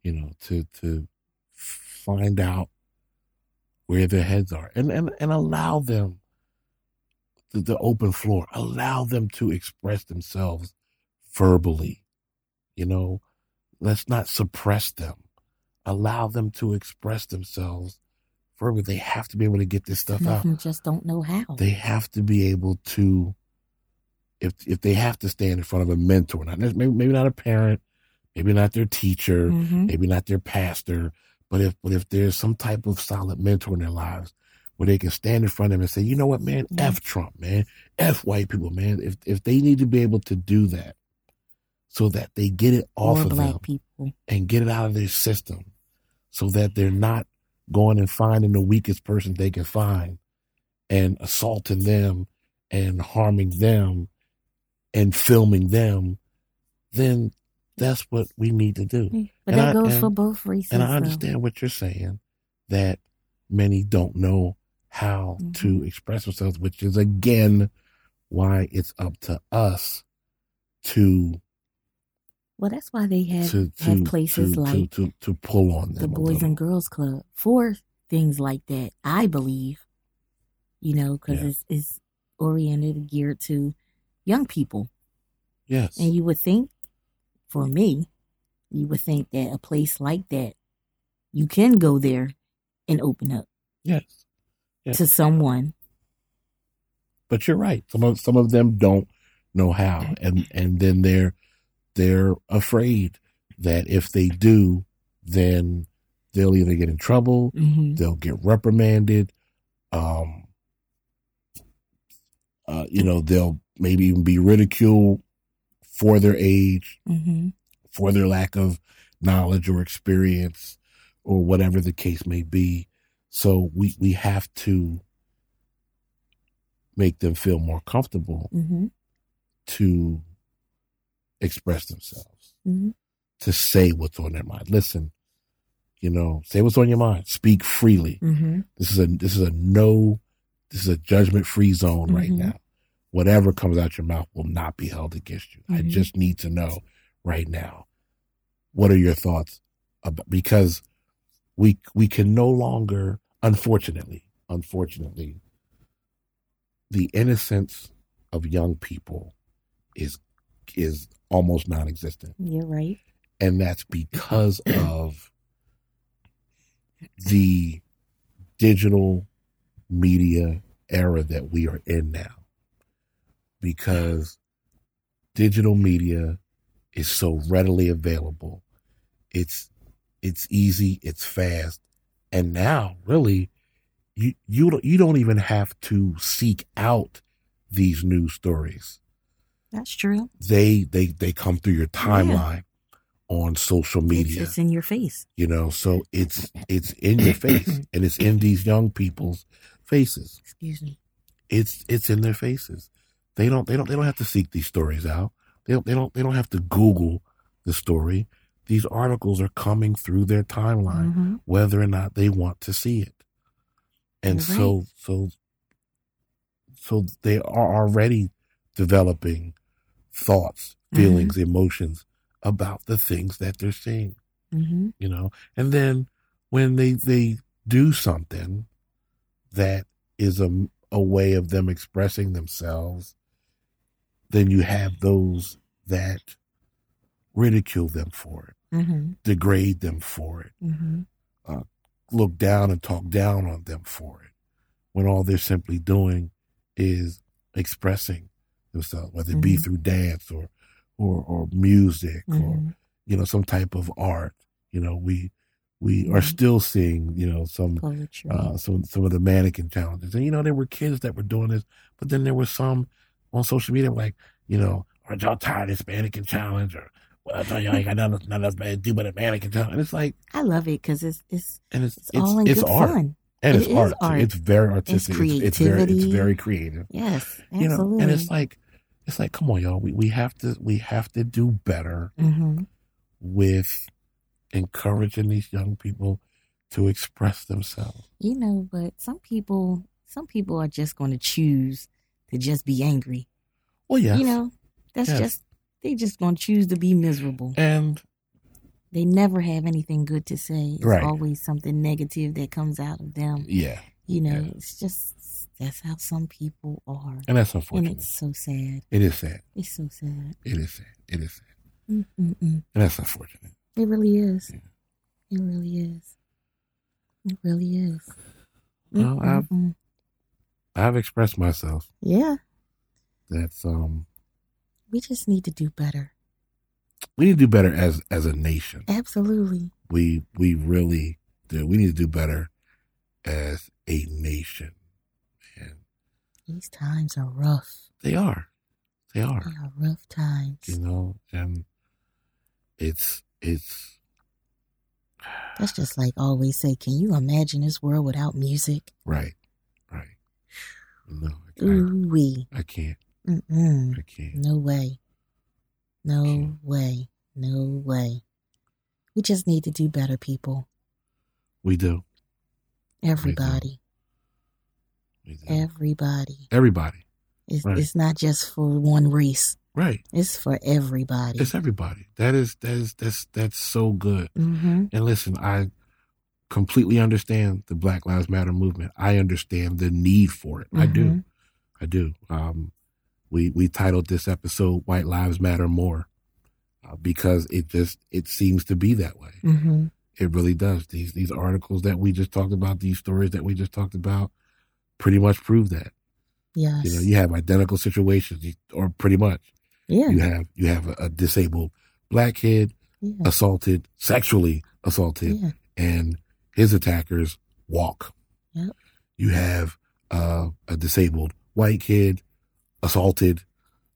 You know, to to find out where their heads are, and and and allow them the, the open floor. Allow them to express themselves verbally. You know, let's not suppress them. Allow them to express themselves verbally. They have to be able to get this stuff
Some of
out.
them just don't know how.
They have to be able to, if if they have to stand in front of a mentor, not maybe maybe not a parent, maybe not their teacher,
Mhm.
maybe not their pastor, but if but if there's some type of solid mentor in their lives where they can stand in front of them and say, you know what, man,
Yeah.
F Trump, man, F white people, man. If if they need to be able to do that, so that they get it off
Or
of
black
them
people.
and get it out of their system, so that they're not going and finding the weakest person they can find and assaulting them and harming them and filming them. Then that's what we need to do.
But
And
that
I-
goes
and-
for both races.
And I
though.
understand what you're saying that many don't know how
Mm-hmm.
to express themselves, which is again why it's up to us to
Well, that's why they have
to to,
have places
to,
like
to, to to pull on
the
them. a
Boys
little.
and Girls Club for things like that. I believe, you know, because
Yeah.
it's it's oriented geared to young people,
yes,
and you would think, for me, you would think that a place like that, you can go there and open up
yes. Yeah.
to someone.
But you're right. Some of some of them don't know how, and and then they're they're afraid that if they do, then they'll either get in trouble
Mm-hmm.
they'll get reprimanded um uh, you know they'll maybe even be ridiculed for their age
Mm-hmm.
for their lack of knowledge or experience or whatever the case may be so we we have to make them feel more comfortable
Mm-hmm.
to express themselves
Mm-hmm.
to say what's on their mind listen you know say what's on your mind speak freely
Mm-hmm.
This is a this is a no this is a judgment free zone right
Mhm.
now. Whatever comes out your mouth will not be held against you. I
Mhm.
just need to know right now. What are your thoughts about because we we can no longer unfortunately, unfortunately the innocence of young people is is almost non-existent
You're right.
and that's because of the digital media era that we are in now because digital media is so readily available. It's it's easy, it's fast. And now really you you don't you don't even have to seek out these news stories.
That's true.
They they they come through your timeline on social
It's,
media
it's in your face.
you know so it's it's in your face and it's in these young people's faces
Excuse me.
it's it's in their faces they don't they don't they don't have to seek these stories out they don't they don't they don't have to google the story these articles are coming through their timeline
Mhm.
whether or not they want to see it and
You're
so so so they are already developing thoughts feelings emotions about the things that they're seeing
Mhm.
you know and then when they they do something that is a, a way of them expressing themselves then you have those that ridicule them for it
Mhm.
degrade them for it
Mhm.
look down and talk down on them for it when all they're simply doing is expressing themselves whether it be
Mhm.
through dance or or or music or
Mhm.
you know some type of art you know we we are
Mhm.
still seeing you know some
Poetry.
uh some some of the mannequin challenges and you know there were kids that were doing this but then there were some on social media like you know are y'all tired of this mannequin challenge or well, I tell y'all ain't got nothing, nothing else better to do but a mannequin challenge. And it's like,
I love it because it's it's
and it's
it's,
it's
all in
it's
good
art
fun.
and it's
It is
art. too.
art.
It's very artistic. It's, it's very it's
creativity.
very creative.
Yes,
You know,
absolutely.
and it's like, it's like, come on, y'all. We we have to we have to do better
Mhm.
with encouraging these young people to express themselves.
you know, but some people some people are just going to choose to just be angry.
Well, yes,
You know, that's
Yes.
just they just going to choose to be miserable.
and
They never have anything good to say. It's
Right.
always something negative that comes out of them.
yeah,
You know,
Yeah.
it's just that's how some people are,
and that's
and
unfortunate.
it's so sad.
It is sad.
It's so sad.
It is sad. It is sad,
Mm-mm-mm.
and that's unfortunate.
It really is.
Yeah.
It really is. It really is.
Well, I've-
Mm-mm-mm.
I've expressed myself.
yeah,
That's um,
we just need to do better.
we need to do better as as a nation.
Absolutely.
We we really do. We need to do better as a nation, and
These times are rough.
they are, they are.
They are rough
You
times.
know, and it's it's
That's just like I always say, can you imagine this world without music?
right, right. No, I- I,
Ooh wee.
I can't.
Mm-mm.
I can't.
No way. No
Okay.
way. No way. We just need to do better, people.
We do.
Everybody.
We do.
Everybody.
everybody.
It's,
Right.
it's not just for one race.
Right.
It's for everybody.
It's everybody. That is that is that's that's so good.
Mm-hmm.
And listen, I completely understand the Black Lives Matter movement. I understand the need for it. I do.
Mhm.
I do. Um we we titled this episode White Lives Matter More uh, because it just it seems to be that way.
Mm-hmm.
It really does. These these articles that we just talked about, these stories that we just talked about pretty much prove that.
Yes.
You know, you have identical situations, you- or pretty much.
yeah.
You have you have a, a disabled black kid
yeah.
assaulted, sexually assaulted,
Yeah.
and his attackers walk.
Yep.
You have uh, a disabled white kid assaulted,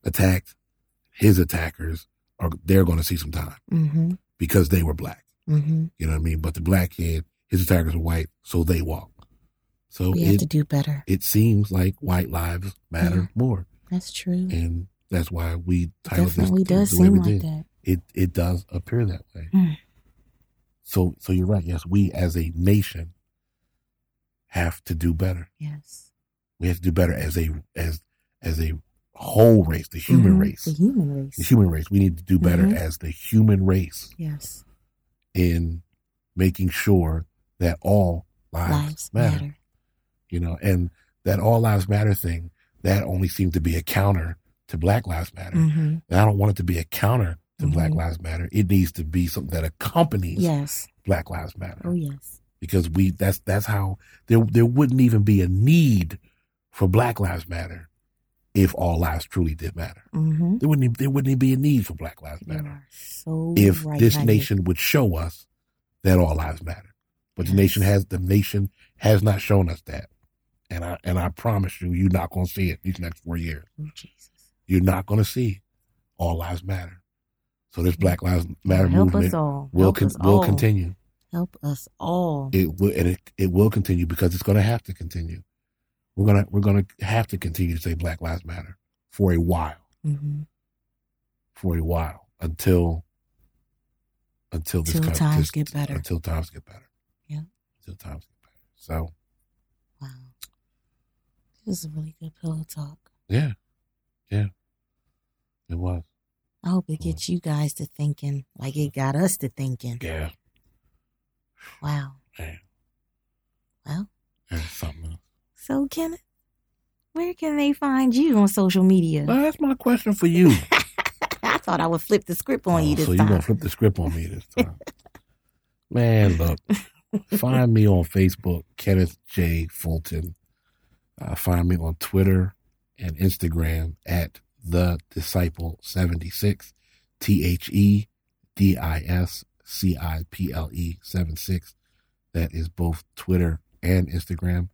attacked. His attackers are they're going to see some time
Mm-hmm.
because they were black.
Mm-hmm.
You know what I mean? But the black kid, his attackers are white, so they walk. So
We have
it
to do better.
it seems like white lives matter
Yeah.
more.
That's true. It
and that's why we titled this
definitely
the-
does
the way
seem
we
like
did.
that.
It it does appear that way.
Mm.
So so you're right. Yes, we as a nation have to do better.
Yes.
We have to do better as a as as a whole race, the human
Mhm.
race,
The human race.
the human race. We need to do better
Mhm.
as the human race
yes.
in making sure that all lives,
Lives
matter.
matter.
You know, and that all lives matter thing that only seemed to be a counter to Black Lives Matter.
Mm-hmm.
And I don't want it to be a counter to Black
Mhm.
Lives Matter. It needs to be something that accompanies
Yes.
Black Lives Matter.
Oh yes.
Because we that's that's how there there wouldn't even be a need for Black Lives Matter if all lives truly did matter.
Mm-hmm.
There wouldn't there wouldn't be a need for Black Lives
You
Matter
are so
if
right,
this
honey.
nation would show us that all lives matter. But the
Yes.
nation has the nation has not shown us that. And I and I promise you, you're not gonna see it these next four years.
Oh, Jesus.
You're not gonna see all lives matter. So this Black Lives Matter
help us
movement
all.
will
help
con-
us
will
all.
continue.
Help us all.
It will and it, it will continue because it's gonna have to continue. We're gonna we're gonna have to continue to say Black Lives Matter for a while.
hmm
for a while until until this
Till
coun-
times
this-
get better.
Until times get better.
Yeah.
Until times get better. So
Wow. This is a really good pillow talk.
yeah, yeah, it was.
I hope it
Mhm.
gets you guys to thinking like it got us to thinking.
Yeah,
Wow.
Yeah.
Well,
and something. Else.
so Kenneth, where can they find you on social media?
Well, that's my question for you.
[LAUGHS] I thought I would flip the script on
Oh,
you this
so you
time.
gonna flip the script on [LAUGHS] me this time? Man, look, find me on Facebook, Kenneth J Fulton. Uh, find me on Twitter and Instagram at the Disciple seventy six, T H E D I S C I P L E seven six. That is both Twitter and Instagram.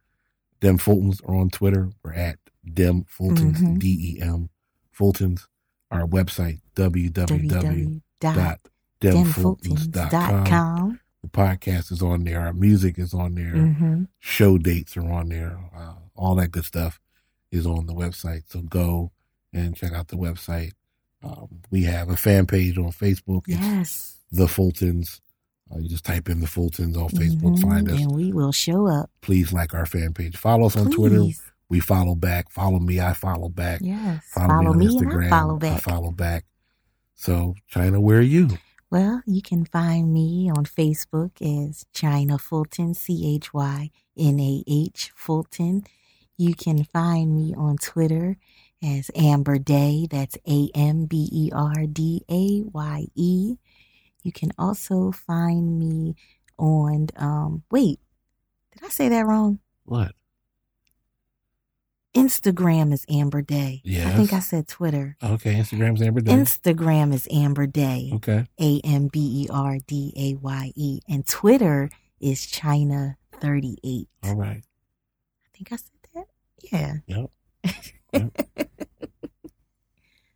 Dem Fultons are on Twitter. We're at Dem Fultons,
Mhm.
D E M Fultons. Our website www dot demfultons.com.
www.demfultons.com.
The podcast is on there. Our music is on there.
Mm-hmm.
Show dates are on there. Uh, all that good stuff is on the website. So go and check out the website. Um, we have a fan page on Facebook. It's
Yes.
The Fultons. Uh, you just type in The Fultons on Facebook,
Mhm.
find us.
And we will show up.
Please like our fan page. Follow us on
Please.
Twitter. We follow back. Follow me. I follow back.
Yes.
Follow,
Follow
me
me,
on Instagram.
and I follow
I
back.
follow back. So, China, where are you?
Well, you can find me on Facebook as China Fulton, C H Y N A H Fulton. You can find me on Twitter as Amber Day. That's A M B E R D A Y E. You can also find me on, um, wait, did I say that wrong?
What?
Instagram is Amber Day. I
Yes.
think I said Twitter.
Okay, Instagram's Amber Day.
Instagram is Amber Day.
Okay.
A M B E R D A Y E. And Twitter is China38.
All right.
I think I said that. Yeah.
Yep.
[LAUGHS]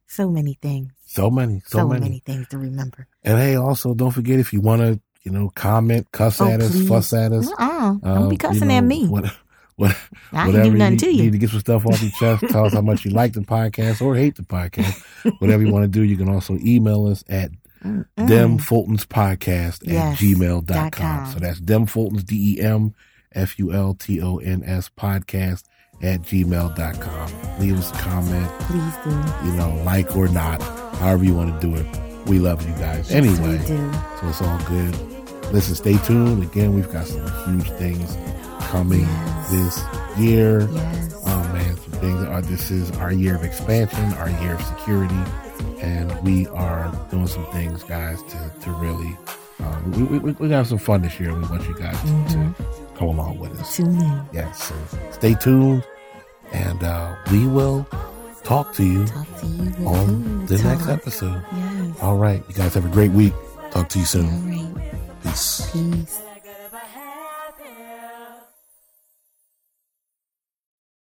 So many things.
So many. So, many.
things to remember.
And hey, also don't forget if you want to, you know, comment, cuss
Oh,
at us,
please.
fuss at us.
Uh-uh. Don't
uh,
be
you
cussing
know,
at me.
What, what,
I ain't
whatever
do nothing
need,
to you.
need to get some stuff off your
[LAUGHS]
chest. Tell us how much you like the podcast or hate the podcast. Whatever you want to do, you can also email us at
Mm-mm.
demfultonspodcast at
Mm. Yes,
gmail dot
dot
com.
com.
So that's demfultons, D E M F U L T O N S podcast at gmail dot com. Leave us a comment.
Please do.
you know, like or not, however you want to do it. We love you guys
Yes,
anyway,
We do.
so it's all good. Listen, stay tuned. Again, we've got some huge things coming
Yes.
this year.
Yes.
Oh man, some things are. This is our year of expansion, our year of security, and we are doing some things, guys, to to really. Um, we, we, we- we're gonna have some fun this year. and We want you guys to- to come along with us.
Tune in.
Yes, so stay tuned, and uh, we will talk to you
Talk to you. real
on
soon.
the next
Talk.
episode.
Yes. All
All right. You guys have a great week. Talk to you soon.
right.
Peace.
Peace.